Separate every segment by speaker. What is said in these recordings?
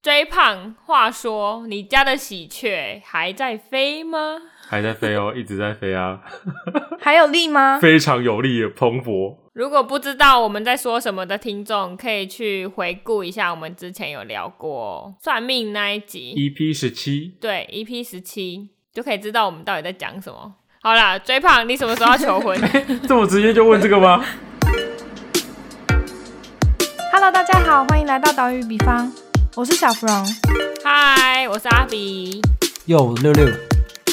Speaker 1: 追胖，话说你家的喜鹊还在飞吗？
Speaker 2: 还在飞哦，一 直在飞啊，
Speaker 3: 还有力吗？
Speaker 2: 非常有力的蓬勃。
Speaker 1: 如果不知道我们在说什么的听众，可以去回顾一下我们之前有聊过算命那一集，
Speaker 2: EP E 十七，
Speaker 1: 对，EP 十七就可以知道我们到底在讲什么。好啦，追胖，你什么时候要求婚？
Speaker 2: 这么直接就问这个吗？
Speaker 3: Hello，大家好，欢迎来到岛屿比方，我是小芙蓉。
Speaker 1: 嗨，我是阿比，
Speaker 4: 哟六六，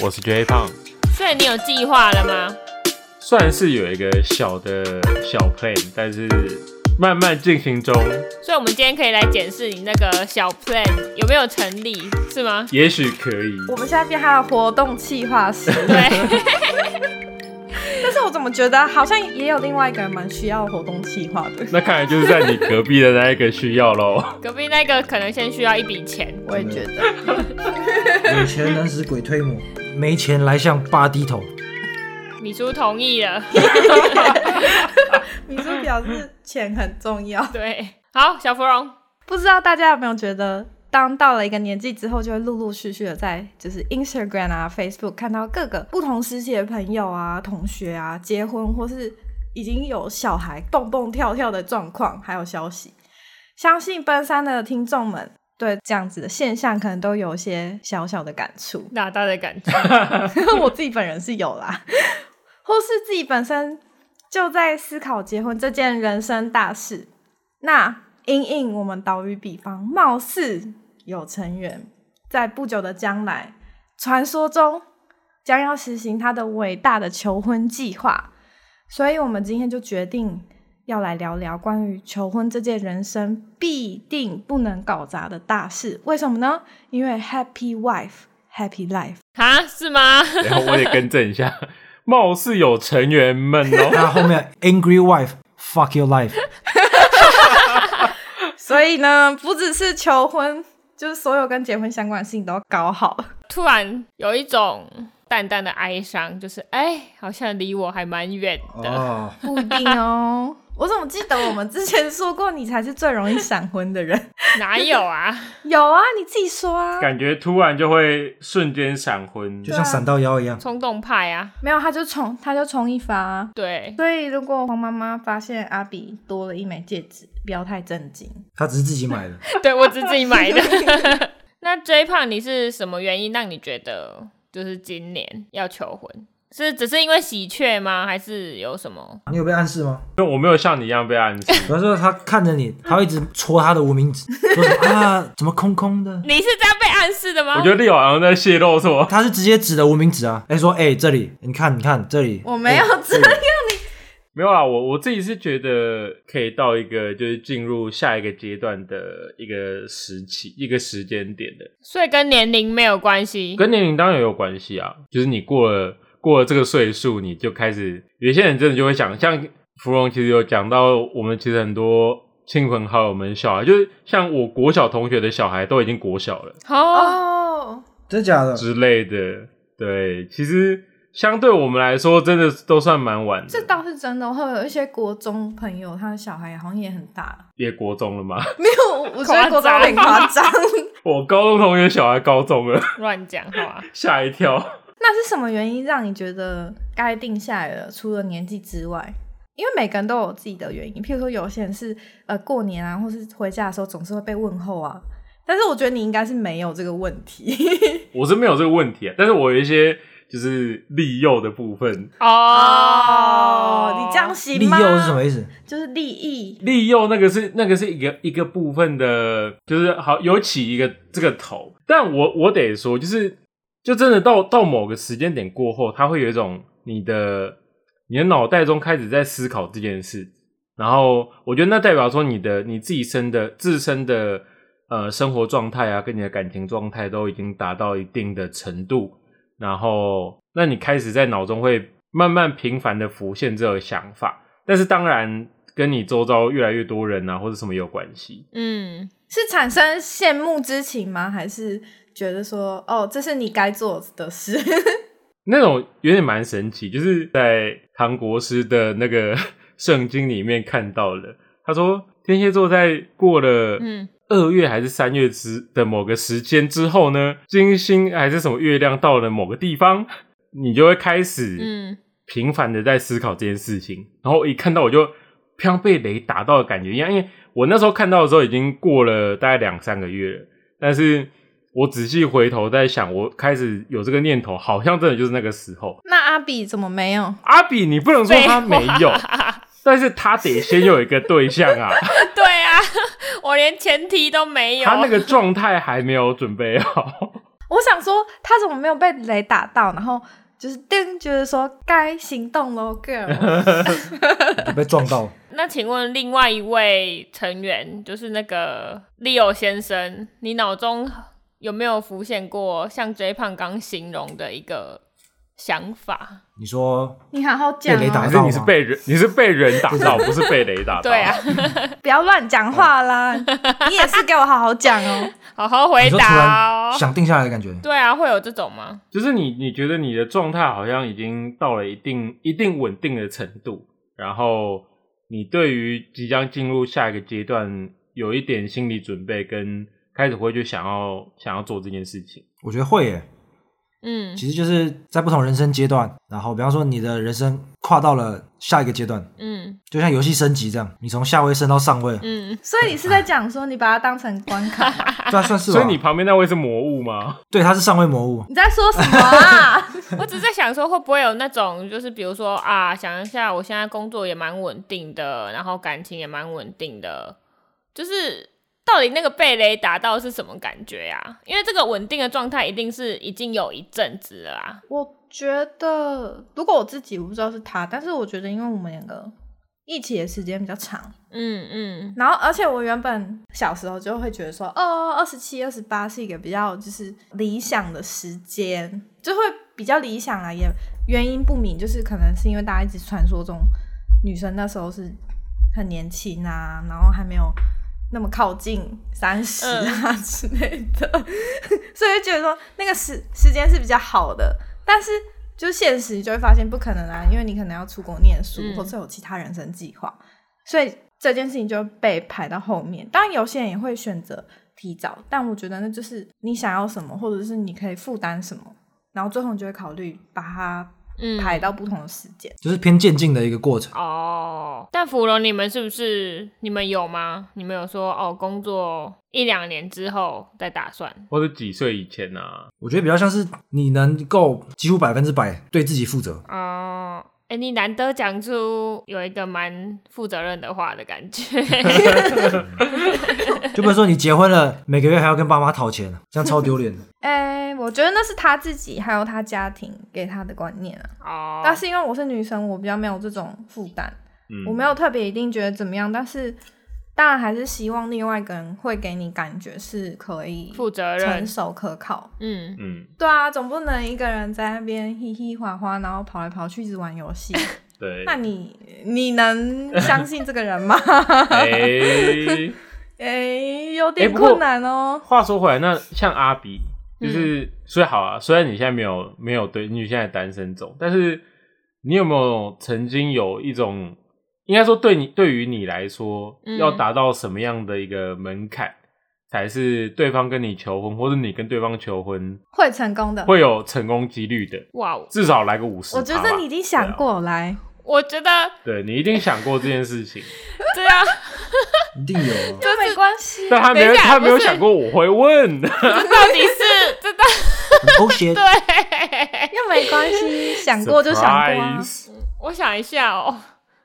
Speaker 2: 我是 J 胖，
Speaker 1: 所以你有计划了吗？
Speaker 2: 算是有一个小的小 plan，但是慢慢进行中，
Speaker 1: 所以我们今天可以来检视你那个小 plan 有没有成立，是吗？
Speaker 2: 也许可以。
Speaker 3: 我们现在变他的活动企划 师，
Speaker 1: 对，
Speaker 3: 但是我怎么觉得好像也有另外一个人蛮需要活动企划的。
Speaker 2: 那看来就是在你隔壁的那一个需要 喽。
Speaker 1: 隔壁那个可能先需要一笔钱，
Speaker 3: 我也觉得，
Speaker 4: 有钱能使鬼推磨，没钱来向爸低 头。
Speaker 1: 米叔同意了。
Speaker 3: 你是表示钱很重要。
Speaker 1: 对，好，小芙蓉，
Speaker 3: 不知道大家有没有觉得，当到了一个年纪之后，就会陆陆续续的在就是 Instagram 啊、Facebook 看到各个不同时期的朋友啊、同学啊结婚，或是已经有小孩蹦蹦跳跳的状况，还有消息。相信奔三的听众们对这样子的现象，可能都有一些小小的感触。
Speaker 1: 哪大的感觉？
Speaker 3: 我自己本人是有啦，或是自己本身就在思考结婚这件人生大事。那因应我们岛屿比方，貌似有成员在不久的将来，传说中将要实行他的伟大的求婚计划，所以我们今天就决定要来聊聊关于求婚这件人生必定不能搞砸的大事。为什么呢？因为 Happy Wife Happy Life。
Speaker 1: 啊，是吗？
Speaker 2: 然后我得更正一下，貌似有成员们
Speaker 4: 那
Speaker 2: 哦。
Speaker 4: 后面 angry wife fuck your life，
Speaker 3: 所以呢，不只是求婚，就是所有跟结婚相关的事情都要搞好。
Speaker 1: 突然有一种淡淡的哀伤，就是哎，好像离我还蛮远的。
Speaker 4: 哦，
Speaker 3: 不一定哦， 我怎么记得我们之前说过你才是最容易闪婚的人？
Speaker 1: 哪有啊？
Speaker 3: 有啊，你自己说啊。
Speaker 2: 感觉突然就会瞬间闪婚，
Speaker 4: 就像闪到腰一样。
Speaker 1: 冲动派啊，
Speaker 3: 没有，他就冲，他就冲一发啊、
Speaker 1: 对，
Speaker 3: 所以如果黄妈妈发现阿比多了一枚戒指，不要太震惊。
Speaker 4: 他只是自己买的，
Speaker 1: 对我只是自己买 的。那 J 胖，你是什么原因让你觉得就是今年要求婚？是只是因为喜鹊吗？还是有什么？
Speaker 4: 你有被暗示吗？
Speaker 2: 因为我没有像你一样被暗示。
Speaker 4: 比方说他看着你，他会一直戳他的无名 指，说什么啊，怎么空空的？
Speaker 1: 你是这样被暗示的吗？
Speaker 2: 我觉得丽友好像在泄露什么，
Speaker 4: 他是直接指的无名指啊，哎、说哎、这里，你看你看这里，
Speaker 3: 我没有
Speaker 4: 哎
Speaker 3: 这
Speaker 4: 里
Speaker 2: 没有啦，我我自己是觉得可以到一个就是进入下一个阶段的一个时期、一个时间点的，
Speaker 1: 所以跟年龄没有关系。
Speaker 2: 跟年龄当然也有关系啊。就是你过了过了这个岁数，你就开始有些人真的就会想，像芙蓉其实有讲到，我们其实很多亲朋好友们小孩，就是像我国小同学的小孩都已经国小了
Speaker 1: 哦，
Speaker 3: 哦，
Speaker 4: 真假的？
Speaker 2: 之类的。对，其实相对我们来说，真的都算蛮晚的，
Speaker 3: 这倒是真的。我会有一些国中朋友，他的小孩好像也很大了。
Speaker 2: 也国中了嘛。
Speaker 3: 没有，我觉得国中有点夸张。
Speaker 2: 我高中同学小孩高中了，
Speaker 1: 乱讲话。
Speaker 2: 吓一跳。
Speaker 3: 那是什么原因让你觉得该定下来了？除了年纪之外，因为每个人都有自己的原因。譬如说，有些人是呃过年啊，或是回家的时候总是会被问候啊。但是我觉得你应该是没有这个问题
Speaker 2: 我是没有这个问题、啊，但是我有一些就是利诱的部分。
Speaker 1: 哦，
Speaker 3: 你这样
Speaker 4: 利
Speaker 3: 行吗？
Speaker 4: 诱是什么 意思？
Speaker 3: 就是利益
Speaker 2: 利诱那个是那个是一个一个部分的，就是好有起一个这个头，但我我得说，就是就真的到到某个时间点过后，它会有一种你的你的脑袋中开始在思考这件事，然后我觉得那代表说你的你自己身的自身的呃生活状态啊，跟你的感情状态都已经达到一定的程度，然后那你开始在脑中会慢慢频繁的浮现这个想法，但是当然跟你周遭越来越多人啊或者什么有关系。
Speaker 1: 嗯，
Speaker 3: 是产生羡慕之情吗？还是觉得说哦，这是你该做的事？
Speaker 2: 那种有点蛮神奇，就是在唐国师的那 个圣经里面看到了，他说天蝎座在过了
Speaker 1: 嗯
Speaker 2: 二月还是三月之的某个时间之后呢，金星还是什么月亮到了某个地方，你就会开始
Speaker 1: 嗯，
Speaker 2: 频繁的在思考这件事情。然后一看到我就像被雷打到的感觉一样，因为我那时候看到的时候已经过了大概两三个月了，但是我仔细回头在想，我开始有这个念头，好像真的就是那个时候。
Speaker 3: 那阿比怎么没有？
Speaker 2: 阿比，你不能说他没有
Speaker 1: 废，话
Speaker 2: 但是他得先有一个对象啊，
Speaker 1: 啊 对啊， 我连前提都没有。
Speaker 2: 他那个状态还没有准备好。
Speaker 3: 我想说他怎么没有被雷打到，然后就是叮，就是说该行动喽，girl。
Speaker 4: 被撞到。
Speaker 1: 那请问另外一位成员，就是那个 Leo 先生，你脑中有没有浮现过像 J 胖刚形容的一个想法？
Speaker 4: 你说
Speaker 3: 你好好讲、
Speaker 4: 被雷打
Speaker 2: 还
Speaker 3: 哦，
Speaker 2: 是你是被人，你是被人打到，不是被雷打到。
Speaker 1: 对啊，，
Speaker 3: 不要乱讲
Speaker 4: 哦
Speaker 3: 话啦！ 你也是给我好好讲哦。
Speaker 1: 好好回
Speaker 4: 你说突
Speaker 1: 答
Speaker 4: 然
Speaker 1: 哦。
Speaker 4: 想定下来的感觉，
Speaker 1: 对啊，会有这种吗？
Speaker 2: 就是你你觉得你的状态好像已经到了一定一定稳定的程度，然后你对于即将进入下一个阶段有一点心理准备，跟开始会去想要想要做这件事情。
Speaker 4: 我觉得会耶。
Speaker 1: 嗯
Speaker 4: 其实就是在不同人生阶段，然后比方说你的人生跨到了下一个阶段，
Speaker 1: 嗯
Speaker 4: 就像游戏升级这样，你从下位升到上位，
Speaker 1: 嗯，
Speaker 3: 所以你是在讲说你把它当成关 卡吗，
Speaker 4: 这还算是吧
Speaker 2: 所
Speaker 4: 啊
Speaker 2: 以你旁边那位是魔物吗？
Speaker 4: 对它是上位魔物，
Speaker 3: 你在说什么 啊？
Speaker 1: 我只是在想说，会不会有那种，就是比如说啊，想一下，我现在工作也蛮稳定的，然后感情也蛮稳定的，就是到底那个被雷打到是什么感觉呀、啊？因为这个稳定的状态一定是已经有一阵子了啊。
Speaker 3: 我觉得如果我自己，我不知道是他，但是我觉得因为我们两个一起的时间比较长，
Speaker 1: 嗯嗯
Speaker 3: 然后，而且我原本小时候就会觉得说，哦，二十七、二十八是一个比较就是理想的时间，就会比较理想啦，也原因不明，就是可能是因为大家一直传说中女生那时候是很年轻啊，然后还没有那么靠近三十啊之类的， 所以就觉得说那个时时间是比较好的，但是。就现实，你就会发现不可能啊，因为你可能要出国念书，
Speaker 1: 嗯
Speaker 3: 或者有其他人生计划，所以这件事情就被排到后面。当然，有些人也会选择提早，但我觉得那就是你想要什么，或者是你可以负担什么，然后最后你就会考虑把它
Speaker 1: 嗯，
Speaker 3: 排到不同的时间。
Speaker 4: 就是偏渐进的一个过程。
Speaker 1: 哦。但芙蓉，你们是不是你们有吗？你们有说哦，工作一两年之后再打算？
Speaker 2: 或者几岁以前啊？
Speaker 4: 我觉得比较像是你能够几乎百分之百对自己负 责，
Speaker 1: 哦，哎，你难得讲出有一个蛮负责任的话的感觉。
Speaker 4: 就不是说你结婚了每个月还要跟爸妈讨钱，啊这样超丢脸的。
Speaker 1: 嗯
Speaker 3: 哎、我觉得那是他自己还有他家庭给他的观念啊。
Speaker 1: 哦，
Speaker 3: 但是因为我是女生，我比较没有这种负担，
Speaker 2: 嗯，
Speaker 3: 我没有特别一定觉得怎么样，但是当然还是希望另外一个人会给你感觉是可以
Speaker 1: 负责
Speaker 3: 成
Speaker 1: 任，
Speaker 3: 熟可靠。
Speaker 1: 嗯，
Speaker 2: 嗯，
Speaker 3: 对啊，总不能一个人在那边嘻嘻哈哈，然后跑来跑去一直玩 游戏。
Speaker 2: 对。
Speaker 3: 那你你能相信这个人吗？
Speaker 2: 哎、
Speaker 3: 哎、有点
Speaker 2: 哎不过
Speaker 3: 困难哦。
Speaker 2: 话说回来，那像阿比，
Speaker 3: 嗯
Speaker 2: 就是、所以好啊，虽然你现在没有没有对你现在单身走，但是你有没有曾经有一种，应该说对你对于你来说，
Speaker 1: 嗯
Speaker 2: 要达到什么样的一个门槛，才是对方跟你求婚，或者你跟对方求婚
Speaker 3: 会成功的。
Speaker 2: 会有成功几率的？
Speaker 1: 哇，
Speaker 2: 至少来个五十。
Speaker 3: 我觉得你已经想过来，
Speaker 1: 我觉得
Speaker 2: 对,、你一定想过这件事 情，
Speaker 1: 这样，
Speaker 4: 一 定有啊，
Speaker 3: 这没啊关系。
Speaker 2: 但他没有
Speaker 1: 等一下
Speaker 2: 他没有
Speaker 1: 不是
Speaker 2: 想过我会问。
Speaker 1: 这到底是这到
Speaker 4: 很偷鞋，
Speaker 1: 对？
Speaker 3: 又没关系，想过就想过啊。
Speaker 2: Surprise
Speaker 1: 我想一下哦，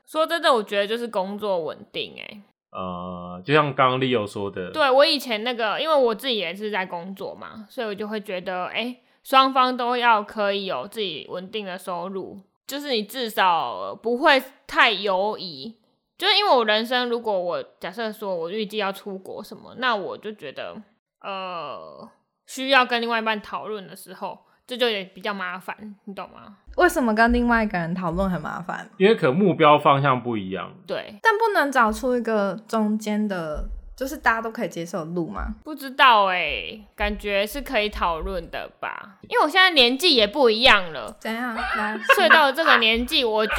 Speaker 1: 说真的，我觉得就是工作稳定、欸，
Speaker 2: 呃，就像刚刚 Leo 说的，
Speaker 1: 对我以前那个，因为我自己也是在工作嘛，所以我就会觉得，哎、双方都要可以有自己稳定的收入，就是你至少呃不会太犹疑。就是因为我人生，如果我假设说我预计要出国什么，那我就觉得，呃，需要跟另外一半讨论的时候，这就也比较麻烦，你懂吗？
Speaker 3: 为什么跟另外一个人讨论很麻烦？
Speaker 2: 因为可能目标方向不一样，
Speaker 1: 对，
Speaker 3: 但不能找出一个中间的，就是大家都可以接受的路吗？
Speaker 1: 不知道哎、感觉是可以讨论的吧，因为我现在年纪也不一样了，
Speaker 3: 怎样？ 来，
Speaker 1: 所以到了这个年纪，我就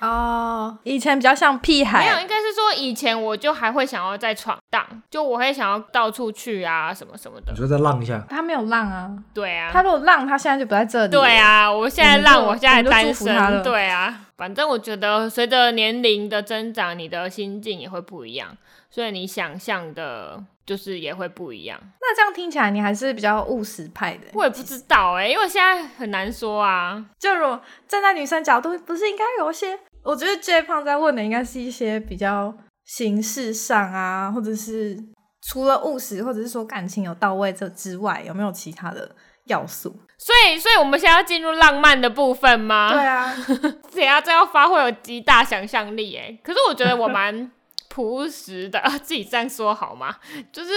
Speaker 3: 哦，以前比较像屁
Speaker 1: 没有，
Speaker 3: 孩，
Speaker 1: 应该是说以前我就还会想要再闯荡，就我会想要到处去啊，什么什么的
Speaker 4: 你。说再浪一下，
Speaker 3: 他没有浪啊，
Speaker 1: 对啊，
Speaker 3: 他如果浪，他现在就不在这里。
Speaker 1: 对，啊，我现在
Speaker 3: 我
Speaker 1: 让
Speaker 3: 们就
Speaker 1: 我现在
Speaker 3: 我
Speaker 1: 单
Speaker 3: 们就祝福他
Speaker 1: 身，
Speaker 3: 了
Speaker 1: 对啊，反正我觉得随着年龄的增长，你的心境也会不一样，所以你想象的，就是也会不一样。
Speaker 3: 那这样听起来你还是比较务实派的。欸
Speaker 1: 我也不知道哎、因为现在很难说啊。
Speaker 3: 就如果站在女生角度，不是应该有一些？我觉得 J 胖在问的应该是一些比较形式上啊，或者是除了务实，或者是说感情有到位这之外，有没有其他的要素？
Speaker 1: 所以，所以我们现在要进入浪漫的部分吗？
Speaker 3: 对啊，
Speaker 1: 等一下这要发挥我极大想象力哎。可是我觉得我蛮朴实的， 自己这样说好吗？就是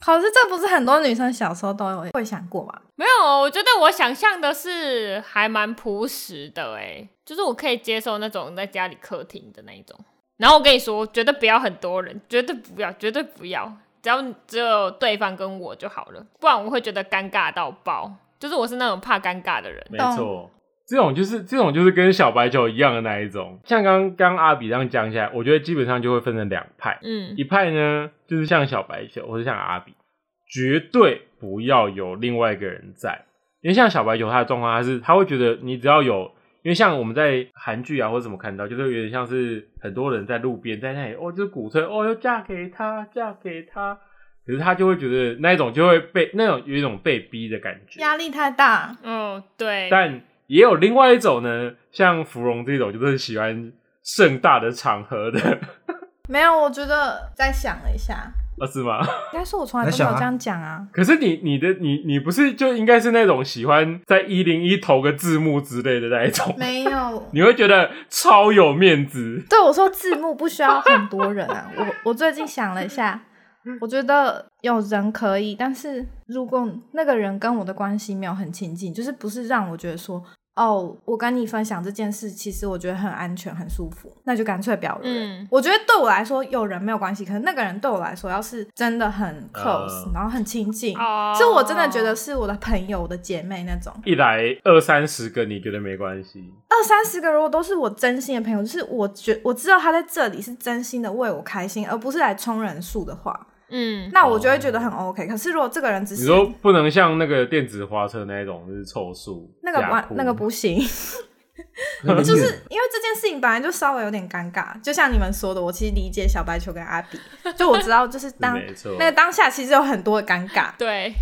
Speaker 3: 好，是这不是很多女生小时候都有会想过吗？
Speaker 1: 没有，哦我觉得我想象的是还蛮朴实的哎、就是我可以接受那种在家里客厅的那一种。然后我跟你说，绝对不要很多人，绝对不要，绝对不要，只要只有对方跟我就好了，不然我会觉得尴尬到爆。就是我是那种怕尴尬的人，
Speaker 2: 没错，这种就是这种就是跟小白酒一样的那一种。像刚刚阿比这样讲起来，我觉得基本上就会分成两派，
Speaker 1: 嗯
Speaker 2: 一派呢就是像小白酒或者像阿比，绝对不要有另外一个人在，因为像小白酒他的状况，他是他会觉得你只要有。因为像我们在韩剧啊或者怎么看到，就是有点像是很多人在路边在那里哦，就是鼓吹哦要嫁给他，嫁给他，可是他就会觉得那一种就会被那种有一种被逼的感觉，
Speaker 3: 压力太大，
Speaker 1: 嗯，对，
Speaker 2: 但也有另外一种呢，像芙蓉这种，就是喜欢盛大的场合的，
Speaker 3: 没有，我觉得再想了一下，
Speaker 2: 啊，是吗？
Speaker 3: 应该是我从来都没有这样讲啊。
Speaker 2: 可是你你的你你不是就应该是那种喜欢在一零一投个字幕之类的那一种，
Speaker 3: 没有，
Speaker 2: 你会觉得超有面子。
Speaker 3: 对我说字幕不需要很多人啊。我我最近想了一下，我觉得有人可以，但是如果那个人跟我的关系没有很亲近，就是不是让我觉得说。哦，我跟你分享这件事，其实我觉得很安全、很舒服，那就干脆不要有人。
Speaker 1: 嗯
Speaker 3: 我觉得对我来说有人没有关系，可是那个人对我来说，要是真的很 close，、
Speaker 2: 呃
Speaker 3: 然后很亲近，
Speaker 1: 哦
Speaker 3: 是我真的觉得是我的朋友、我的姐妹那种。
Speaker 2: 一来二三十个，你觉得没关系？
Speaker 3: 二三十个如果都是我真心的朋友，就是我觉我知道他在这里是真心的为我开心，而不是来冲人数的话，
Speaker 1: 嗯，
Speaker 3: 那我就会觉得很 OK。可是如果这个人只
Speaker 2: 哦你
Speaker 3: 是
Speaker 2: 说不能像那个电子花车那一种，就是凑数
Speaker 3: 那个
Speaker 2: 雅
Speaker 3: 完
Speaker 2: 库
Speaker 3: 那个不行，
Speaker 4: 就是
Speaker 3: 因为这件事情本来就稍微有点尴尬。就像你们说的，我其实理解小白球跟阿比，就我知道就是当
Speaker 2: 没错
Speaker 3: 那个当下其实有很多的尴尬，
Speaker 1: 对，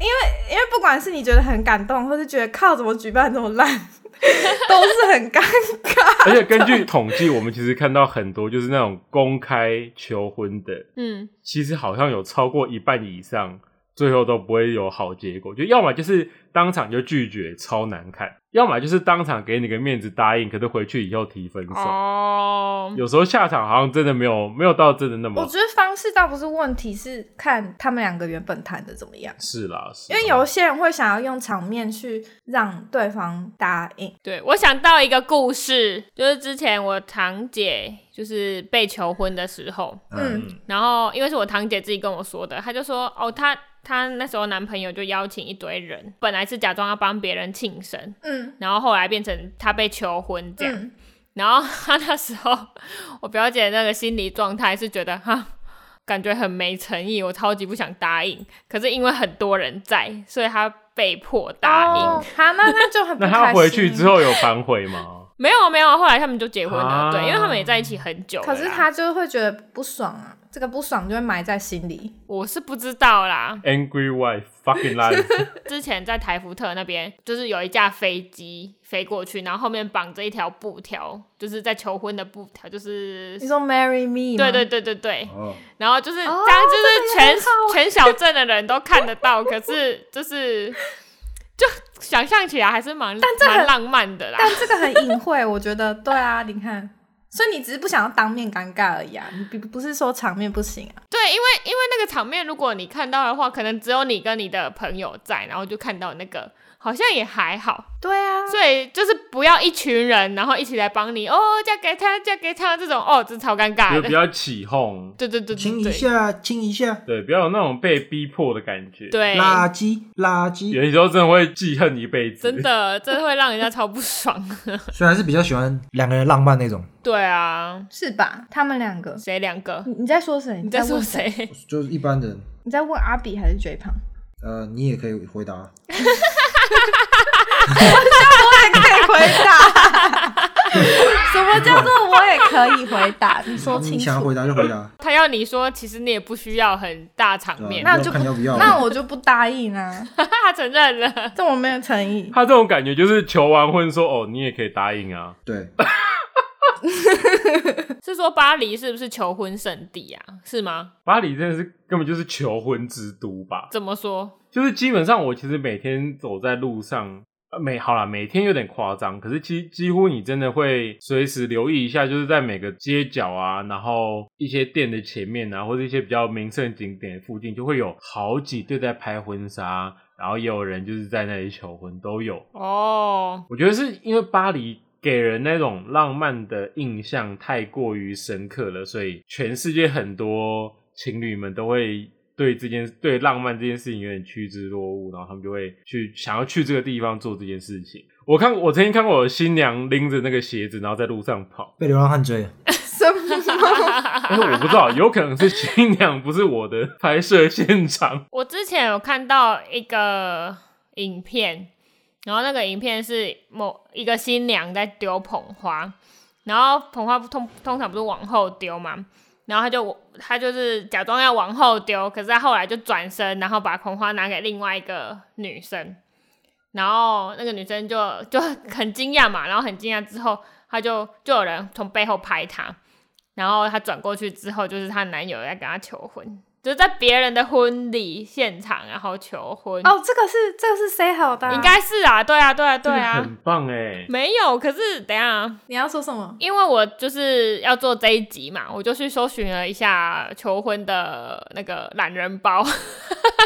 Speaker 3: 因为不管是你觉得很感动，或是觉得靠怎么举办这么烂， 都是很尴 尬。
Speaker 2: 而且根据统计，我们其实看到很多就是那种公开求婚的，
Speaker 1: 嗯，
Speaker 2: 其实好像有超过一半以上，最后都不会有好结果，就要么就是当场就拒绝，超难看；要么就是当场给你个面子答应，可是回去以后提分手。
Speaker 1: 哦，
Speaker 2: 有时候下场好像真的没有没有到真的那
Speaker 3: 我
Speaker 2: 么
Speaker 3: 觉得方式倒不是问题，是看他们两个原本谈的怎么样。
Speaker 2: 是啦，是
Speaker 3: 因为有些人会想要用场面去让对方答应，
Speaker 1: 对，我想到一个故事，就是之前我堂姐就是被求婚的时候，
Speaker 3: 嗯，
Speaker 1: 然后因为是我堂姐自己跟我说的，她就说哦，她她那时候男朋友就邀请一堆人，本来是假装要帮别人庆生，
Speaker 3: 嗯
Speaker 1: 然后后来变成她被求婚这样，
Speaker 3: 嗯，
Speaker 1: 然后她那时候我表姐那个心理状态是觉得哈。感觉很没诚意，我超级不想答应。可是因为很多人在，所以她被迫答应。
Speaker 3: 哦，好，那那就很不
Speaker 2: 那
Speaker 3: 开心。
Speaker 2: 他回去之，后有反悔吗？
Speaker 1: 没有啊没有啊，后来他们就结婚了，
Speaker 2: 啊
Speaker 1: 对，因为他们也在一起很久了啦。
Speaker 3: 可是他就会觉得不爽啊，这个不爽就会埋在心里。
Speaker 1: 我是不知道啦。
Speaker 2: Angry wife fucking life，
Speaker 1: 之前在台福特那边，就是有一架飞机飞过去，然后后面绑着一条布条，就是在求婚的布条，就是
Speaker 3: 你说 marry me？吗
Speaker 1: 对对，对对对，
Speaker 4: 哦，
Speaker 1: 然后就是、
Speaker 3: 哦
Speaker 1: 这样，就是
Speaker 3: 这个也
Speaker 1: 全、
Speaker 3: 很好
Speaker 1: 全小镇的人都看得到，可是就是就想象起来还是蛮
Speaker 3: 这很
Speaker 1: 蛮浪漫的啦。
Speaker 3: 但这个很隐晦，我觉得对啊，你看，所以你只是不想要当面尴尬而已啊，你不不是说场面不行啊？
Speaker 1: 对，因为因为那个场面，如果你看到的话，可能只有你跟你的朋友在，然后就看到那个，好像也还好。
Speaker 3: 对啊，
Speaker 1: 所以就是不要一群人，然后一起来帮你哦，嫁给他，嫁给他这种哦，真超尴
Speaker 3: 啊
Speaker 1: 尬
Speaker 2: 就
Speaker 1: 的
Speaker 2: 比。较起哄，
Speaker 1: 对对对
Speaker 4: 亲
Speaker 1: 对
Speaker 4: 一
Speaker 1: 对，
Speaker 4: 下，亲一下，
Speaker 2: 对，不要有那种被逼迫的感觉。，
Speaker 1: 对，
Speaker 4: 垃圾，垃圾。
Speaker 2: 有些时候真的会记恨一辈子。
Speaker 1: 真，的，真的会让人家超不爽。
Speaker 4: 虽然是比较喜欢两个人浪漫那种，
Speaker 1: 对啊，
Speaker 3: 是吧？他们两个，
Speaker 1: 谁两个？
Speaker 3: 你你在说谁？
Speaker 1: 你在说
Speaker 3: 问？
Speaker 1: 谁？
Speaker 4: 就是一般人。
Speaker 3: 你在问阿比还是追胖？
Speaker 4: 呃，你也可以回答。
Speaker 3: 我也可以回答。 什么叫做我也可以回答？你说
Speaker 4: 你
Speaker 3: 清
Speaker 4: 想要
Speaker 3: 楚。
Speaker 4: 回答就回答，
Speaker 1: 他要你说，其实你也不需要很大场
Speaker 4: 对啊
Speaker 1: 面，
Speaker 4: 吧
Speaker 3: 那
Speaker 4: 要
Speaker 3: 就
Speaker 4: 看要不要。
Speaker 3: 那我就不答应啊，
Speaker 1: 他承认了。
Speaker 3: 这我没有诚意。
Speaker 2: 他这种感觉就是求完婚说哦，你也可以答应啊。
Speaker 4: 对，
Speaker 1: 是说巴黎是不是求婚圣地啊？是吗？
Speaker 2: 巴黎真的是根本就是求婚之都吧？
Speaker 1: 怎么说？
Speaker 2: 就是基本上我其实每天走在路上，呃每好啦，每天有点夸张，可是其几乎你真的会随时留意一下，就是在每个街角啊，然后一些店的前面啊，或者一些比较名胜景点附近，就会有好几对在拍婚纱，然后也有人就是在那里求婚，都有。
Speaker 1: 哦，
Speaker 2: 我觉得是因为巴黎给人那种浪漫的印象太过于深刻了，所以全世界很多情侣们都会对这件对浪漫这件事情有点趋之若鹜，然后他们就会去想要去这个地方做这件事情。我看我曾经看过有新娘拎着那个鞋子，然后在路上跑，
Speaker 4: 被流浪汉追。
Speaker 3: 什么？
Speaker 2: 但是我不知道，有可能是新娘不是我的拍摄现场，
Speaker 1: 我之前有看到一个影片，然后那个影片是某一个新娘在丢捧花，然后捧花通通常不是往后丢嘛，然后她就她就是假装要往后丢，可是她后来就转身，然后把捧花拿给另外一个女生，然后那个女生就 就很惊讶嘛，然后很惊讶之后，她就就有人从背后拍她，然后她转过去之后，就是她男友在跟她求婚，就是在别人的婚礼现场然后求婚，
Speaker 3: 哦，这个是这个是 say 好的啊、
Speaker 1: 应该是啊，对啊，对啊，对
Speaker 2: 这
Speaker 1: 啊
Speaker 2: 个，很棒哎、
Speaker 1: 没有，可是等一下。
Speaker 3: 你要说什么？
Speaker 1: 因为我就是要做这一集嘛，我就去搜寻了一下求婚的那个懒人包，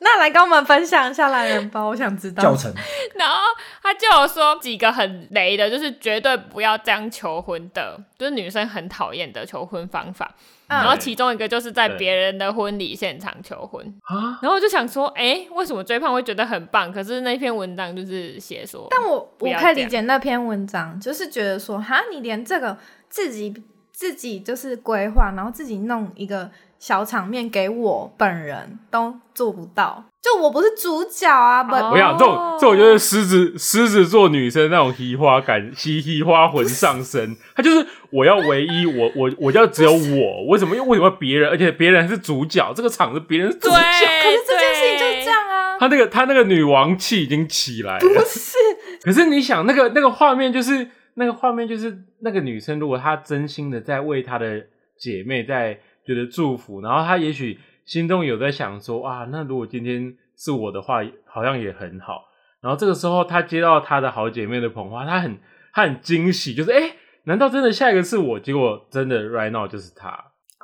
Speaker 3: 那来跟我们分享一下懒人包，我想知道
Speaker 4: 教。程，
Speaker 1: 然后他就有说几个很雷的，就是绝对不要这样求婚的，就是女生很讨厌的求婚方法。然后
Speaker 3: 嗯，
Speaker 1: 其中一个就是在
Speaker 2: 对
Speaker 1: 别人的婚礼现场求婚，
Speaker 2: 啊！
Speaker 1: 然后我就想说，哎，为什么追胖会觉得很棒？可是那篇文章就是写说，
Speaker 3: 但我
Speaker 1: 不
Speaker 3: 我
Speaker 1: 要
Speaker 3: 可以
Speaker 1: 这样
Speaker 3: 理解那篇文章，就是觉得说，哈，你连这个自己自己就是规划，然后自己弄一个小场面给我本人都做不到，就我不是主角啊，本、
Speaker 1: 哦
Speaker 2: 我想这种这种就是狮子狮子座女生那种嘻花感，嘻嘻花魂上身。她就是我要唯一，我我我要只有我，为什么？因为为什么别人？而且别人还是主角，这个场子别人是主
Speaker 1: 对，啊
Speaker 2: 角。
Speaker 1: 可
Speaker 3: 可是这件事情就是这。样啊，
Speaker 2: 她那个她那个女王气已经起来了。
Speaker 3: 是
Speaker 2: 可是你想，那个那个画面就是那个画面就是那个女生，如果她真心的在为她的姐妹在觉得祝福，然后她也许心中有在想说啊，那如果今天是我的话，好像也很好。然后这个时候，她接到她的好姐妹的捧花，她很她很惊喜，就是哎、诶难道真的下一个是我？结果真的 right now 就是她。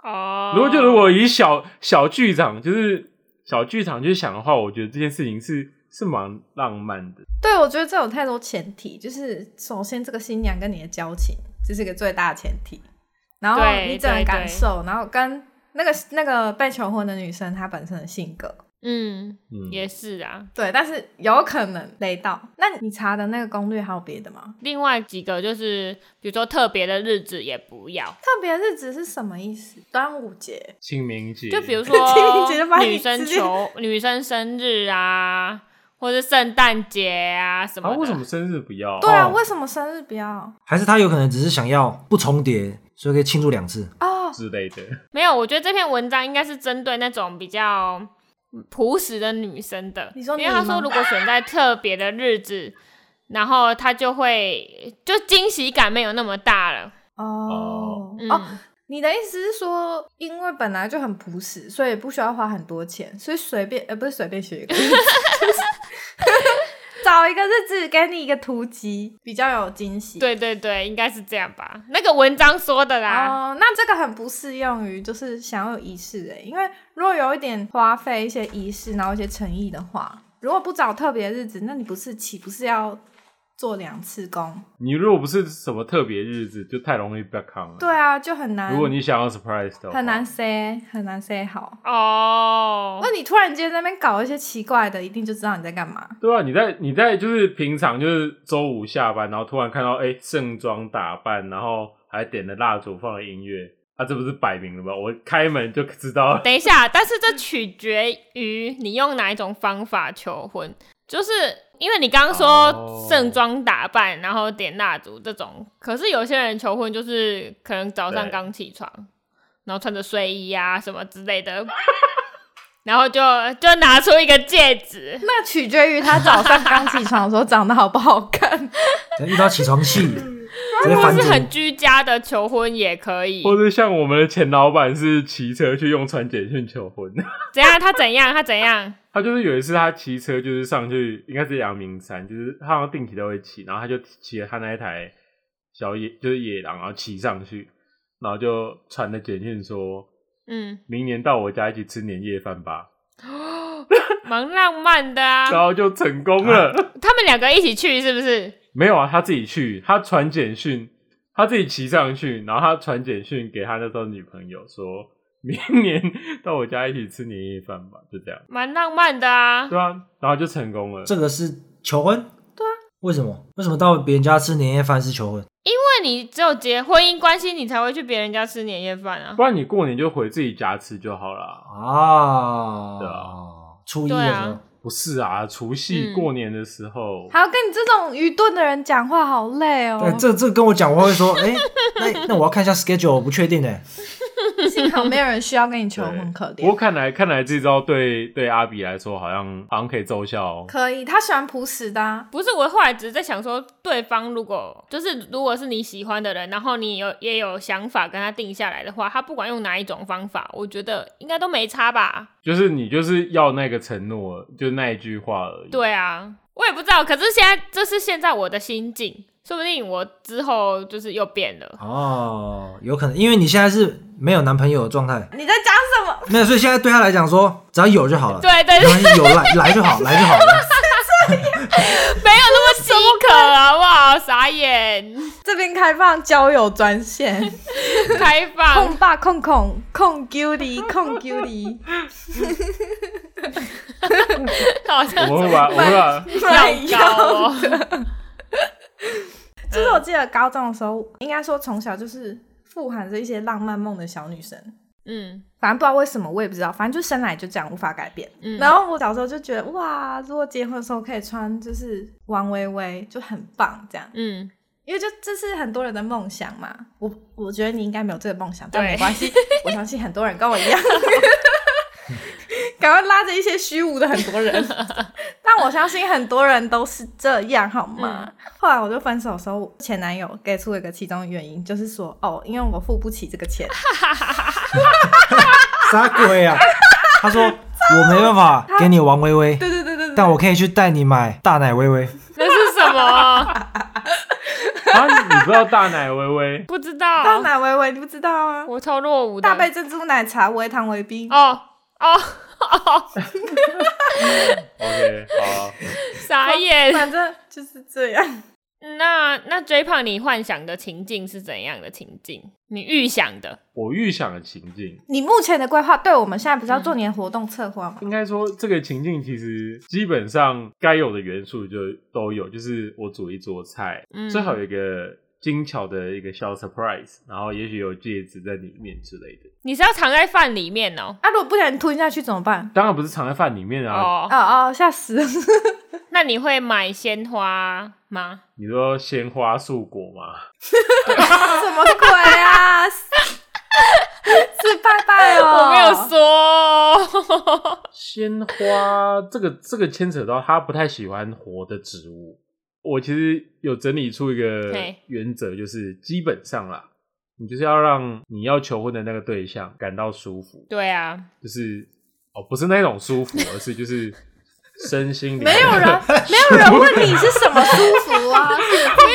Speaker 1: 哦，
Speaker 2: 如果就如果以小小剧场就是小剧场去想的话，我觉得这件事情是是蛮浪漫的。
Speaker 3: 对，我觉得这有太多前提，就是首先这个新娘跟你的交情，这是一个最大的前提，然后
Speaker 1: 对
Speaker 3: 你整个
Speaker 1: 对
Speaker 3: 感
Speaker 1: 对
Speaker 3: 受，然后跟那个那个被求婚的女生她本身的性格，
Speaker 1: 嗯，
Speaker 2: 嗯，
Speaker 1: 也是啊，
Speaker 3: 对，但是有可能雷到。那你查的那个攻略还有别的吗？
Speaker 1: 另外几个就是，比如说特别的日子也不要，
Speaker 3: 特别日子是什么意思？端午节
Speaker 2: 清明节
Speaker 1: 就比 如
Speaker 3: 清明节就把
Speaker 1: 说
Speaker 3: 你
Speaker 1: 女生
Speaker 3: 直接
Speaker 1: 求女生生日啊，或是圣诞节啊什么
Speaker 2: 啊，
Speaker 1: 的。
Speaker 2: 为什么生日不要？
Speaker 3: 对啊，
Speaker 4: 哦
Speaker 3: 为什么生日不要？
Speaker 4: 还是他有可能只是想要不重叠，所以可以庆祝两次。
Speaker 3: 哦，
Speaker 2: 之类的，
Speaker 1: 没有？我觉得这篇文章应该是针对那种比较朴实的女生的。
Speaker 3: 你说你
Speaker 1: 因为他
Speaker 3: 吗
Speaker 1: 说如果选在特别的日子，然后她就会就惊喜感没有那么大了。
Speaker 3: 哦
Speaker 1: 嗯，
Speaker 3: 哦，你的意思是说，因为本来就很朴实，所以不需要花很多钱，所以随便呃不是随便选一个，就是 找一个日子给你一个突击，比较有惊喜。
Speaker 1: 对对对，应该是这样吧？那个文章说的啦。
Speaker 3: 哦，那这个很不适用于就是想要有仪式诶，因为如果有一点花费一些仪式，然后一些诚意的话，如果不找特别日子，那你不是岂不是要做两次工？
Speaker 2: 你如果不是什么特别日子，就太容易被坑了。
Speaker 3: 对啊，就很难
Speaker 2: 如，果你想要 surprise 的话，
Speaker 3: 很难 say，很难 say 好。
Speaker 1: 哦
Speaker 3: 那，你突然间在那边搞一些奇怪的，一定就知道你在干嘛。
Speaker 2: 对啊，你在你在就是平常就是周五下班，然后突然看到哎、诶盛装打扮，然后还点了蜡烛，放了音乐，啊，这不是摆明了吗？我开门就知道 了。
Speaker 1: 等一下，但是这取决于你用哪一种方法求婚，就是因为你刚刚
Speaker 2: 哦
Speaker 1: 说盛装打扮，然后点蜡烛这种，可是有些人求婚就是可能早上
Speaker 2: 对
Speaker 1: 刚起床，然后穿着睡衣啊什么之类的，然后就就拿出一个戒指，
Speaker 3: 那取决于他早上刚起床的时候长得好不好看。
Speaker 4: 遇到起床气，直接
Speaker 1: 或
Speaker 4: 翻
Speaker 1: 是
Speaker 4: 桌
Speaker 1: 很。居家的求婚也可以。
Speaker 2: 或者像我们的前老板是骑车去用传简讯求婚，
Speaker 1: 怎样？他怎样？他怎样？
Speaker 2: 他就是有一次他骑车就是上去，应该是阳明山，就是他好像定期都会骑，然后他就骑了他那一台小野就是野狼，然后骑上去，然后就传了简讯说，
Speaker 1: 嗯，
Speaker 2: 明年到我家一起吃年夜饭吧，
Speaker 1: 蛮浪漫的 啊。
Speaker 2: 然后就成功了。
Speaker 1: 他们两个一起去是不是？
Speaker 2: 没有啊，他自己去，他传简讯，他自己骑上去，然后他传简讯给他那时候女朋友说，明年到我家一起吃年夜饭吧，就这样，
Speaker 1: 蛮浪漫的啊。
Speaker 2: 对啊，然后就成功了。
Speaker 4: 这个是求婚？对啊。为什么？为什么到别人家吃年夜饭是求婚？
Speaker 1: 因为你只有结婚姻关系，你才会去别人家吃年夜饭啊
Speaker 2: 不。然你过年就回自己家吃就好了。
Speaker 4: 啊，
Speaker 2: 对
Speaker 4: 初一的时候，
Speaker 1: 对啊
Speaker 2: 不是啊，除夕
Speaker 1: 嗯
Speaker 2: 过年的时候，
Speaker 3: 还要跟你这种愚钝的人讲话，好累哦
Speaker 4: 对，。哎这这跟我讲，我会说， 哎、那那我要看一下 schedule，我不确定哎、
Speaker 3: 幸好没有人需要跟你求
Speaker 2: 对
Speaker 3: 婚，可
Speaker 2: 不过
Speaker 3: 怜。
Speaker 2: 看来看来这招对对阿比来说好像好像可以奏效哦。
Speaker 3: 可以，他喜欢朴实的、啊。
Speaker 1: 不是，我后来只是在想说，对方如果就是如果是你喜欢的人，然后你有也有想法跟他定下来的话，他不管用哪一种方法，我觉得应该都没差吧。
Speaker 2: 就是你就是要那个承诺，就那一句话而已。
Speaker 1: 对啊，我也不知道，可是现在这是现在我的心境，说不定我之后就是又变了。
Speaker 4: 哦，有可能，因为你现在是没有男朋友的状态，
Speaker 3: 你在讲什么？
Speaker 4: 没有，所以现在对他来讲说，只要有就好 了，
Speaker 1: 对对对，
Speaker 4: 然后有来来就好，来就好了。
Speaker 1: 没有那么饥渴，好不好？傻 眼，
Speaker 3: 这边开放交友专线，
Speaker 1: 开放
Speaker 3: 控。爸控控控 g u 控 g u
Speaker 1: 好像
Speaker 2: 我会把我会把
Speaker 1: 药膏哦、
Speaker 3: 就是我记得高中的时候，应该说从小就是富含着一些浪漫梦的小女生。
Speaker 1: 嗯，
Speaker 3: 反正不知道为什么，我也不知道，反正就生来就这样，无法改变。
Speaker 1: 嗯
Speaker 3: 然后我小时候就觉得，哇，如果结婚的时候可以穿就是王薇薇，就很棒这样，
Speaker 1: 嗯，
Speaker 3: 因为就这是很多人的梦想嘛。我我觉得你应该没有这个梦想，但
Speaker 1: 对
Speaker 3: 没关 系，我相信很多人跟我一样， 赶快拉着一些虚无的很多人。但我相信很多人都是这样，好吗？
Speaker 1: 嗯
Speaker 3: 后来我就分手的时候，前男友给出了一个其中的原因，就是说，哦，因为我付不起这 个钱。
Speaker 4: 啥鬼啊？他说我没办法给你王薇薇，
Speaker 3: 对对对对对。
Speaker 4: 但我可以去带你买大奶薇薇。
Speaker 1: 那是什么？
Speaker 2: 啊，你不知道大奶微微
Speaker 1: 不知
Speaker 3: 大
Speaker 1: 道，
Speaker 3: 奶维维，你不知道啊？
Speaker 1: 我超落伍的。
Speaker 3: 大杯珍珠奶茶，维糖维冰。
Speaker 1: 哦哦哦，
Speaker 2: ，OK，好，啊
Speaker 1: 傻 眼。
Speaker 3: 反正就是这 样。
Speaker 1: 那那追胖，你幻想的情境是怎样的情境？你预想的？
Speaker 2: 我预想的情境，
Speaker 3: 你目前的规划，对我们现在不是要
Speaker 1: 嗯
Speaker 3: 做年活动策划吗？
Speaker 2: 应该说这个情境其实基本上该有的元素就都有，就是我煮一桌菜，
Speaker 1: 嗯
Speaker 2: 最好有一个精巧的一个小 surprise，然后也许有戒指在里面之类的。
Speaker 1: 你是要藏在饭里面哦？
Speaker 3: 啊，如果不小心吞下去怎么办？
Speaker 2: 当然不是藏在饭里面啊，
Speaker 3: 哦
Speaker 1: 哦，
Speaker 3: 哦，吓死 了！
Speaker 1: 那你会买鲜花吗？
Speaker 2: 你说鲜花素果嘛，
Speaker 3: 什么鬼啊？是是拜拜哦！
Speaker 1: 我没有说。
Speaker 2: 鲜花这个这个牵扯到他不太喜欢活的植物。我其实有整理出一个
Speaker 1: 嘿
Speaker 2: 原则，就是基本上啦，你就是要让你要求婚的那个对象感到舒服，
Speaker 1: 对啊，
Speaker 2: 就是哦，不是那种舒服，而是就是身心灵
Speaker 3: 没有人，没有人问你是什么舒服啊？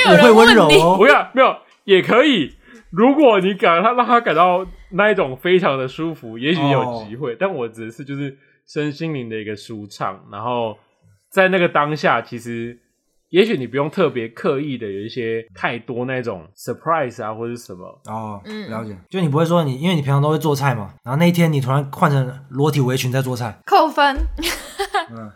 Speaker 1: 有
Speaker 4: 我
Speaker 1: 人
Speaker 4: 会温柔
Speaker 1: 问你
Speaker 2: 不
Speaker 4: 哦，
Speaker 2: 要没有也可以。如果你感他让他感到那一种非常的舒服，也许有机会。但我只是就是身心灵的一个舒畅，然后在那个当下，其实也许你不用特别刻意的有一些太多那种 surprise 啊，或者是什么。
Speaker 4: 哦，
Speaker 1: 嗯
Speaker 4: 了解。就你不会说你，因为你平常都会做菜嘛，然后那一天你突然换成裸体围裙在做菜，
Speaker 3: 扣分。
Speaker 4: 嗯，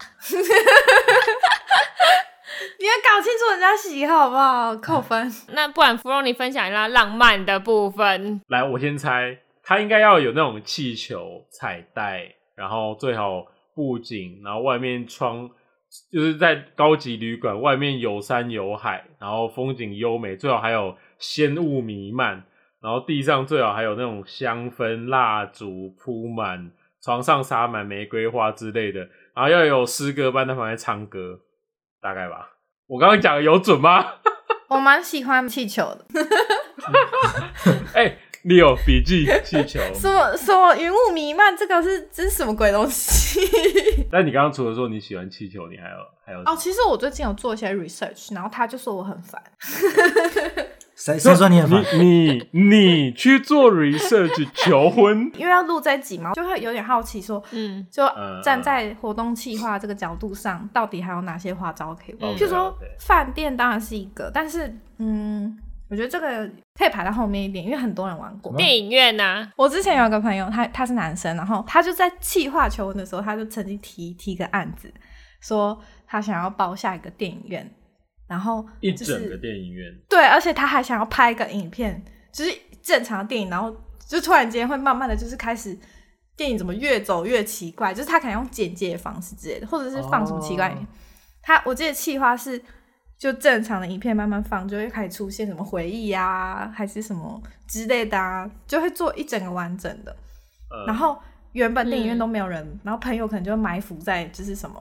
Speaker 3: 你要搞清楚人家喜好好不好？扣分。
Speaker 1: 那不然芙蓉，你分享一下浪漫的部分。
Speaker 2: 来，我先猜，它应该要有那种气球、彩带，然后最好布景，然后外面窗就是在高级旅馆外面有山有海，然后风景优美，最好还有仙雾弥漫，然后地上最好还有那种香氛蜡烛铺满，床上撒满玫瑰花之类的，然后要有诗歌班在旁边唱歌，大概吧。我刚刚讲的有准吗？
Speaker 3: 我蛮喜欢气球的，
Speaker 2: 哎、你有笔记气球。
Speaker 3: 什么什么云雾弥漫，这个是这是什么鬼东西？
Speaker 2: 但你刚刚除了说你喜欢气球，你还有还有
Speaker 3: 哦，其实我最近有做一些 research，然后他就说我很烦。
Speaker 4: 谁谁说你很烦？
Speaker 2: 你你你去做 research 求婚，
Speaker 3: 因为要录这一集嘛，就会有点好奇说，
Speaker 1: 嗯，
Speaker 3: 就
Speaker 2: 嗯
Speaker 3: 站在活动企划这个角度上，到底还有哪些花招可以玩？
Speaker 1: 嗯
Speaker 3: 譬如说
Speaker 2: OK，OK
Speaker 3: 饭店当然是一个，但是嗯，我觉得这个可以排到后面一点，因为很多人玩过。
Speaker 1: 嗯电影院呐、啊
Speaker 3: 我之前有一个朋友，他他是男生，然后他就在企划求婚的时候，他就曾经提提个案子，说他想要包下一个电影院，然后、
Speaker 2: 一
Speaker 3: 就是、
Speaker 2: 整个电影院，
Speaker 3: 对，而且他还想要拍一个影片，就是正常的电影，然后就突然间会慢慢的就是开始电影怎么越走越奇怪，就是他可能用剪接的方式之类的，或者是放什么奇怪的影片。他我记得企划是就正常的影片慢慢放，就会开始出现什么回忆啊，还是什么之类的啊，就会做一整个完整的。
Speaker 2: 呃
Speaker 3: 然后原本电影院
Speaker 1: 嗯
Speaker 3: 都没有人，然后朋友可能就会埋伏在就是什么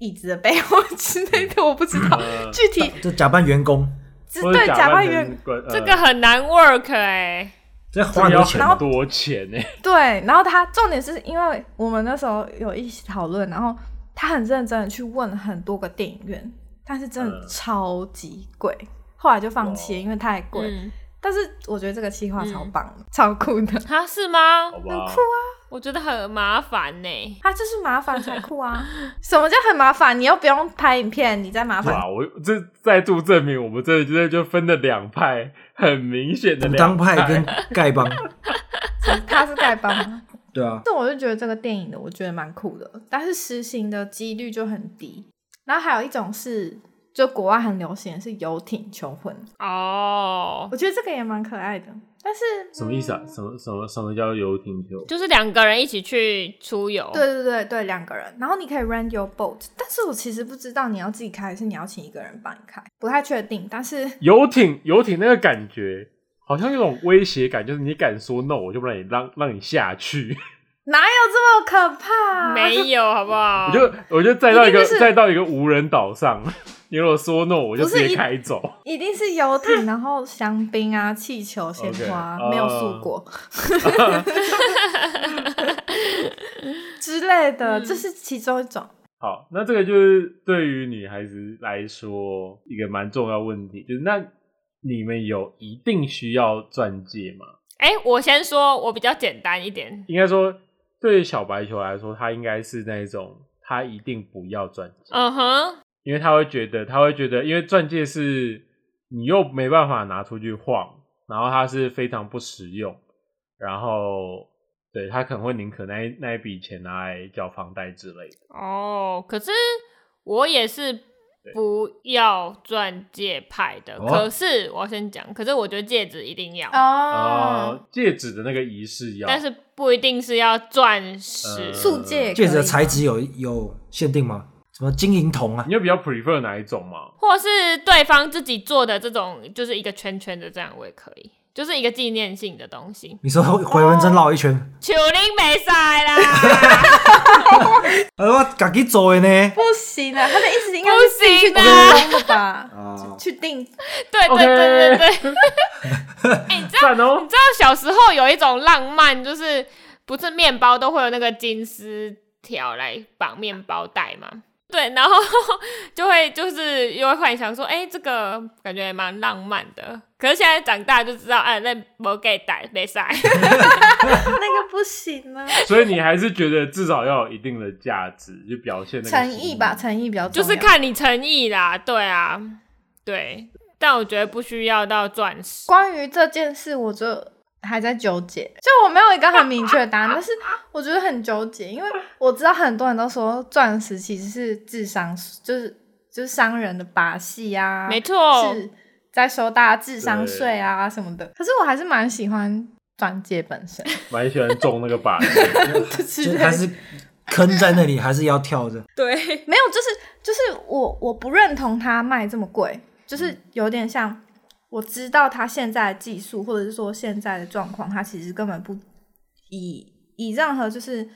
Speaker 3: 椅子的背后之类的，我不知道、
Speaker 2: 呃
Speaker 3: 具体。
Speaker 4: 就假扮员工，
Speaker 3: 只
Speaker 2: 或者
Speaker 3: 对嗯假扮
Speaker 2: 成
Speaker 3: 员
Speaker 2: 观呃
Speaker 1: 这个很难 work 哎、
Speaker 4: 这
Speaker 2: 这
Speaker 4: 花
Speaker 2: 个要
Speaker 4: 很多钱
Speaker 2: 很
Speaker 4: 的。
Speaker 2: 多钱呢、欸
Speaker 3: 对，然后他重点是因为我们那时候有一起讨论，然后他很认真的去问很多个电影院，但是真的
Speaker 2: 嗯
Speaker 3: 超级贵，后来就放弃了，
Speaker 2: 哇
Speaker 3: 因为太贵。
Speaker 1: 嗯，
Speaker 3: 但是我觉得这个企划超
Speaker 1: 嗯
Speaker 3: 棒的，超酷 的，
Speaker 1: 他啊是吗
Speaker 2: 好？吧，
Speaker 1: 我觉得很麻烦呢、
Speaker 3: 它就是麻烦才酷啊！ 什么叫很麻烦？你又不用拍影片，你再麻烦。
Speaker 2: 哇，我这再度证明我们这这就分了两派，很明显的
Speaker 4: 武
Speaker 2: 两
Speaker 4: 当派跟丐帮，
Speaker 3: 他是丐帮吗，
Speaker 4: 对啊，
Speaker 3: 这我就觉得这个电影的我觉得蛮酷的，但是实行的几率就很低。然后还有一种是，就国外很流行的是游艇求婚，
Speaker 1: 哦，
Speaker 3: 我觉得这个也蛮可爱的，但是嗯
Speaker 2: 什么意思啊？什么什么什么叫游艇球？
Speaker 1: 就是两个人一起去出游。
Speaker 3: 对对对对，两个人，然后你可以 rent your boat，但是我其实不知道你要自己开还是你要请一个人帮你开，不太确定。但是
Speaker 2: 游艇游艇那个感觉。好像有种威胁感，就是你敢说 no，我就不让你让让你下去。
Speaker 3: 哪有这么可怕？
Speaker 1: 没有，好不好？
Speaker 2: 我就我就再到一个
Speaker 3: 啊一定就是
Speaker 2: 再到一个无人岛上， 你如果说 no，我就
Speaker 3: 不是
Speaker 2: 直接
Speaker 3: 一
Speaker 2: 开走。
Speaker 3: 一定是游艇，然后香槟啊、气球、鲜
Speaker 2: OK，
Speaker 3: 花
Speaker 2: 呃
Speaker 3: 没有素果 之类的，这是其中一种。
Speaker 2: 好，那这个就是对于女孩子来说一个蛮重要的问题，就是那你们有一定需要钻戒吗？
Speaker 1: 哎、我先说，我比较简单一点。
Speaker 2: 应该说，对于小白球来说，他应该是那种他一定不要钻戒，
Speaker 1: 嗯哼，
Speaker 2: 因为他会觉得他会觉得，因为钻戒是你又没办法拿出去晃，然后它是非常不实用，然后对他可能会宁可那一那一笔钱拿来缴房贷之类的。
Speaker 1: 哦，可是我也是不要钻戒派的。
Speaker 4: 哦
Speaker 1: 可是我先讲，可是我觉得戒指一定要，
Speaker 3: 哦，
Speaker 2: 哦，戒指的那个仪式要，
Speaker 1: 但是不一定是要钻石。
Speaker 2: 呃
Speaker 3: 素戒也可以
Speaker 4: 戒指的材质有有限定吗？什么金银铜啊
Speaker 2: 你？有比较 prefer 哪一种吗？
Speaker 1: 或是对方自己做的这种，就是一个圈圈的这样，我也可以，就是一个纪念性的东西。
Speaker 4: 你说回纹针绕一圈，
Speaker 1: 求您没晒啦，
Speaker 4: 呃，我自己做的呢。
Speaker 3: 不行啊！他的意思应该
Speaker 1: 不
Speaker 3: 是自己去
Speaker 1: 行
Speaker 3: 订
Speaker 1: 啊！
Speaker 3: 婚的吧？
Speaker 4: 啊，
Speaker 3: 去订
Speaker 1: 对对
Speaker 2: OK
Speaker 1: 对对对。哎、你知道
Speaker 2: 赞哦
Speaker 1: 你！知道小时候有一种浪漫，就是不是面包都会有那个金丝条来绑面包带吗？对，然后就会就是又会幻想说，哎、这个感觉也蛮浪漫的。可是现在长大就知道，哎、那没给逮，没 晒。
Speaker 3: 那个不行啊，
Speaker 2: 所以你还是觉得至少要有一定的价值，就表现那个
Speaker 3: 诚
Speaker 2: 心
Speaker 3: 意
Speaker 2: 意
Speaker 3: 吧，。诚意比较重
Speaker 1: 就
Speaker 3: 要
Speaker 1: 是看你诚意啦，对啊，对。但我觉得不需要到钻石，
Speaker 3: 关于这件事，我就还在纠结，就我没有一个很明确的答案，但是我觉得很纠结，因为我知道很多人都说钻石其实是智商，就是就是商人的把戏啊，
Speaker 1: 没错，
Speaker 3: 是在收大家智商税啊什么的。可是我还是蛮喜欢钻戒本身，
Speaker 2: 蛮喜欢中那个靶子，
Speaker 3: 就是
Speaker 4: 就还是坑在那里，还是要跳着。
Speaker 1: 对，
Speaker 3: 没有，就是就是我我不认同它卖这么贵，就是有点像我知道它现在的技术或者是说现在的状况，它其实根本不以以任何就是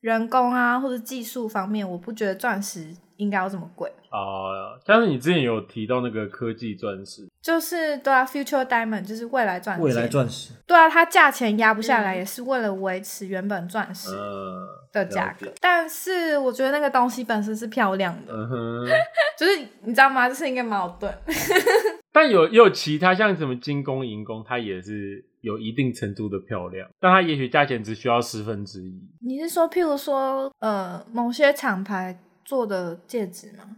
Speaker 3: 人工啊或者技术方面，我不觉得钻石应该要这么贵。
Speaker 2: 哦，但是你之前有提到那个科技钻石，
Speaker 3: 就是对啊，future diamond 就是未来钻石，
Speaker 4: 未来钻石，
Speaker 3: 对啊，它价钱压不下来，也是为了维持原本钻石
Speaker 2: 嗯
Speaker 3: 的价
Speaker 2: 了
Speaker 3: 格
Speaker 2: 解。
Speaker 3: 但是我觉得那个东西本身是漂亮的，
Speaker 2: 嗯哼，
Speaker 3: 就是你知道吗？这是一个矛盾。
Speaker 2: 但有也有其他像什么金工、银工，它也是有一定程度的漂亮，但它也许价钱只需要十分之一。
Speaker 3: 你是说，譬如说，呃，某些厂牌做的戒指吗？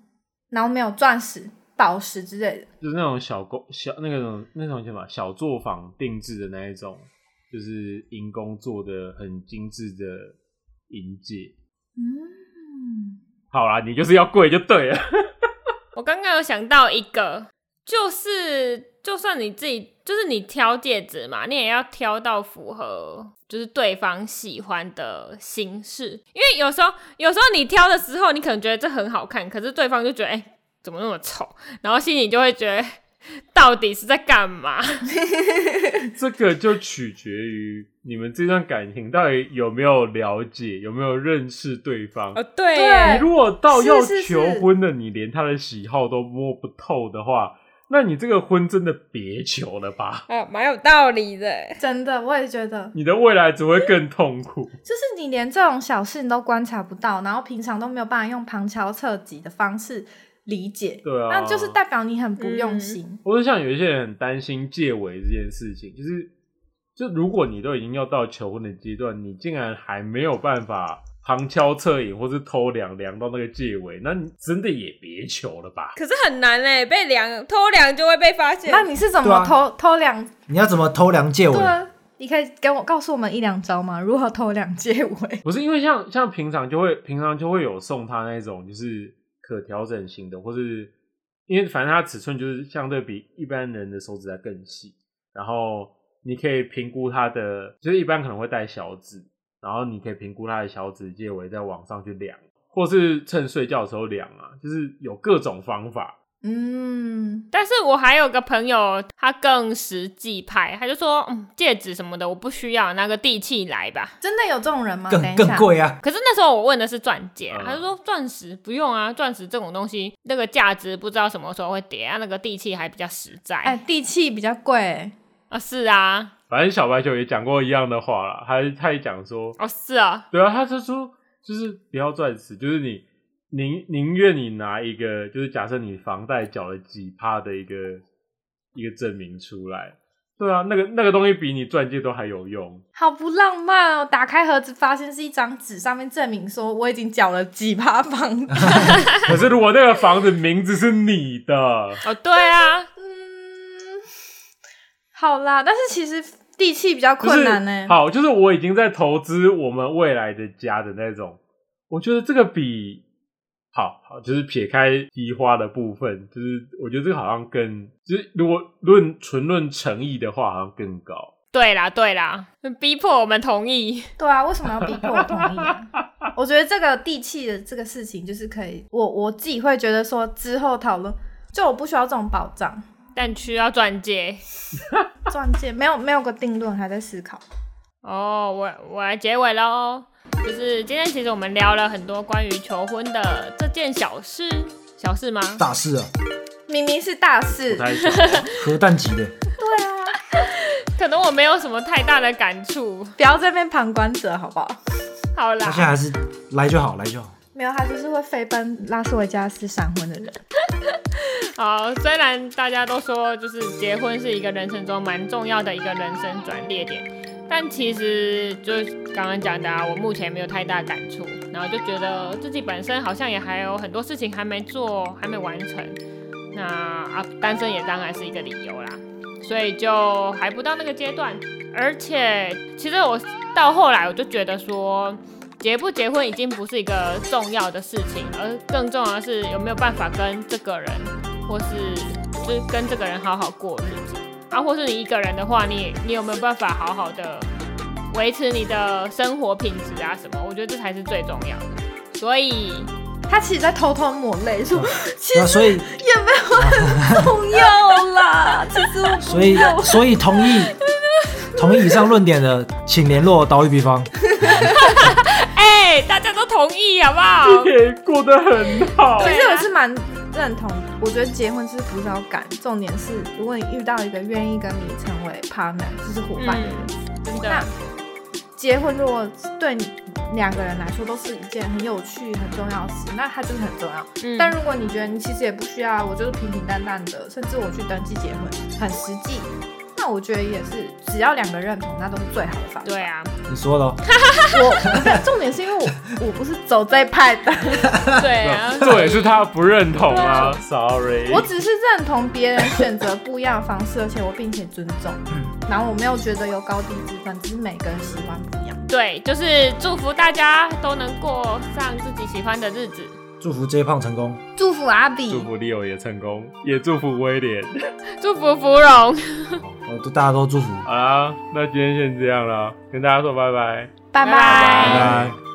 Speaker 3: 然后没有钻石、宝石之类的，
Speaker 2: 就是那种小工小那个种那种叫什么小作坊定制的那一种，就是银工做的很精致的银戒。
Speaker 3: 嗯，
Speaker 2: 好啦，你就是要贵就对了。
Speaker 1: 我刚刚有想到一个，就是就算你自己，就是你挑戒指嘛，你也要挑到符合就是对方喜欢的形式，因为有时候有时候你挑的时候，你可能觉得这很好看，可是对方就觉得哎、怎么那么丑，然后心里就会觉得到底是在干嘛？
Speaker 2: 这个就取决于你们这段感情到底有没有了解，有没有认识对方。
Speaker 1: 哦，对
Speaker 3: 对
Speaker 1: 耶
Speaker 2: 你如果到要
Speaker 3: 是是
Speaker 2: 求
Speaker 3: 是
Speaker 2: 婚的，你连他的喜好都摸不透的话，那你这个婚真的别求了吧，
Speaker 1: 哦，蛮有道理的。
Speaker 3: 真的，我也觉得，
Speaker 2: 你的未来只会更痛 苦。
Speaker 3: 就是你连这种小事你都观察不到，然后平常都没有办法用旁敲侧击的方式理解，
Speaker 2: 对啊，
Speaker 3: 那就是代表你很不
Speaker 4: 嗯
Speaker 3: 用心。
Speaker 2: 或者像有一些人很担心戒尾这件事情，就是就如果你都已经要到求婚的阶段，你竟然还没有办法旁敲侧影或是偷量量到那个戒尾，那你真的也别求了吧。
Speaker 1: 可是很难哎，被量偷量就会被发现
Speaker 3: 那你是怎
Speaker 4: 对
Speaker 3: 么
Speaker 4: 啊
Speaker 3: 偷、偷两？
Speaker 4: 你要怎么偷梁借
Speaker 3: 对
Speaker 4: 尾？
Speaker 3: 啊，你可以给我告诉我们一两招吗？如何偷两戒 尾？
Speaker 2: 不是因为像像平常就会平常就会有送他那种就是可调整型的，或是因为反正它尺寸就是相对比一般人的手指还更细，然后你可以评估它的，就是一般可能会戴小指，然后你可以评估它的小指戒围在网上去量，或是趁睡觉的时候量啊，就是有各种方法。
Speaker 3: 嗯，
Speaker 1: 但是我还有个朋友，他更实际派，他就说，嗯，戒指什么的我不需要，拿个地契来吧。
Speaker 3: 真的有这种人吗？等
Speaker 4: 更
Speaker 3: 一下
Speaker 4: 更贵啊！
Speaker 1: 可是那时候我问的是钻戒啊
Speaker 2: 嗯，
Speaker 1: 他就说钻石不用啊，钻石这种东西那个价值不知道什么时候会跌啊，那个地契还比较实在。
Speaker 3: 哎、地契比较贵、
Speaker 1: 啊，是啊，
Speaker 2: 反正小白球也讲过一样的话啦，他他也讲说，
Speaker 1: 哦是啊，
Speaker 2: 对啊，他就说就是不要钻石，就是你宁宁愿你拿一个，就是假设你房贷缴了几趴的一个一个证明出来。对啊，那个那个东西比你钻戒都还有用。
Speaker 3: 好不浪漫哦！打开盒子，发现是一张纸，上面证明说我已经缴了几趴房 贷。
Speaker 2: 可是如果那个房子名字是你的，
Speaker 1: 哦对啊，
Speaker 3: 嗯，好啦，但是其实地契比较困难呢、
Speaker 2: 就是好，就是我已经在投资我们未来的家的那种，我觉得这个比好好，就是撇开提花的部分，就是我觉得这个好像更，就是如果论纯论诚意的话，好像更高。
Speaker 1: 对啦对啦，嗯逼迫我们同意。
Speaker 3: 对啊，为什么要逼迫我同意、啊？我觉得这个地契的这个事情，就是可以，我我自己会觉得说之后讨论，就我不需要这种保障，
Speaker 1: 但需要钻戒
Speaker 3: 钻戒没有没有个定论，还在思考。
Speaker 1: 哦，我我来结尾喽。就是今天其实我们聊了很多关于求婚的这件小事，小事吗？
Speaker 4: 大事啊，
Speaker 3: 明明是大
Speaker 2: 不
Speaker 3: 事，
Speaker 2: 太 懂
Speaker 4: 核弹级的，
Speaker 1: 可能我没有什么太大的感触。
Speaker 3: 不要这边旁观者好不好？
Speaker 1: 好
Speaker 4: 他现在
Speaker 1: 啦，
Speaker 4: 还是来就好，来就好。
Speaker 3: 没有，他就是会飞奔拉斯维加斯闪婚的人。
Speaker 1: 好，虽然大家都说就是结婚是一个人生中蛮重要的一个人生转捩点，但其实就是刚刚讲的、啊，我目前没有太大感触，然后就觉得自己本身好像也还有很多事情还没做，还没完成。那啊，单身也当然是一个理由啦，所以就还不到那个阶段。而且其实我到后来我就觉得说，结不结婚已经不是一个重要的事情，而更重要的是有没有办法跟这个人，或是就是跟这个人好好过日子啊，或是你一个人的话，你你有没有办法好好的维持你的生活品质啊什么？我觉得这才是最重要的。所以
Speaker 3: 他其实在偷偷抹泪，说其
Speaker 4: 嗯那
Speaker 3: 实
Speaker 4: 所以
Speaker 3: 也没有很重要 啦。其实我不
Speaker 4: 所以
Speaker 3: 要
Speaker 4: 所以同 意同意以上论点的，请联络岛屿比方。
Speaker 1: 哎、大家都同意好不好？
Speaker 2: 也哎过得很好。
Speaker 3: 可
Speaker 1: 对
Speaker 3: 是我是蛮认同，我觉得结婚就是不要赶，重点是如果你遇到一个愿意跟你成为 partner，就是伙伴的人，
Speaker 1: 嗯，真的
Speaker 3: 那。结婚如果对你两个人来说都是一件很有趣、很重要的事，那它就是很重要。
Speaker 1: 嗯
Speaker 3: 但如果你觉得你其实也不需要，我就是平平淡淡的，甚至我去登记结婚，很实际，那我觉得也是，只要两个认同，那都是最好的方法。
Speaker 1: 对 啊，
Speaker 4: 你说的哦、
Speaker 3: 我不是重点是因为我我不是走这一派 的，
Speaker 1: 对啊，
Speaker 2: 这也是他不认同啊，sorry。
Speaker 3: 我只是认同别人选择不一样的方式，而且我并且尊重，
Speaker 2: 嗯
Speaker 3: 然后我没有觉得有高低之分，只是每个人喜欢不一样。
Speaker 1: 对，就是祝福大家都能过上自己喜欢的日子。
Speaker 4: 祝福 J 胖成功。
Speaker 3: 祝福阿比，
Speaker 2: 祝福 Leo 也成功，也祝福威廉。
Speaker 1: 祝福芙蓉，
Speaker 4: 我都大家都祝福，
Speaker 2: 好啦，那今天先这样啦，跟大家说拜拜。
Speaker 3: 拜
Speaker 1: 拜拜
Speaker 4: 拜拜。